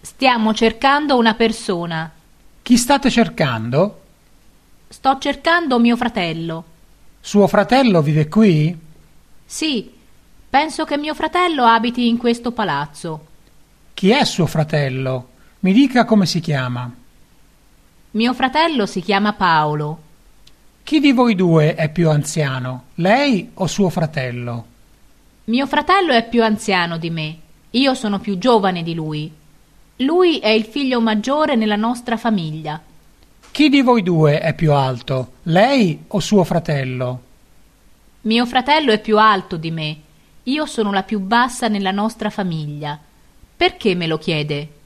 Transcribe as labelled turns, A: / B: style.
A: Stiamo cercando una persona.
B: Chi state cercando?
A: Sto cercando mio fratello.
B: Suo fratello vive qui?
A: Sì, penso che mio fratello abiti in questo palazzo.
B: Chi è suo fratello? Mi dica come si chiama.
A: Mio fratello si chiama Paolo.
B: Chi di voi due è più anziano, lei o suo fratello?
A: Mio fratello è più anziano di me. Io sono più giovane di lui. Lui è il figlio maggiore nella nostra famiglia.
B: Chi di voi due è più alto, lei o suo fratello?
A: Mio fratello è più alto di me. Io sono la più bassa nella nostra famiglia. Perché me lo chiede?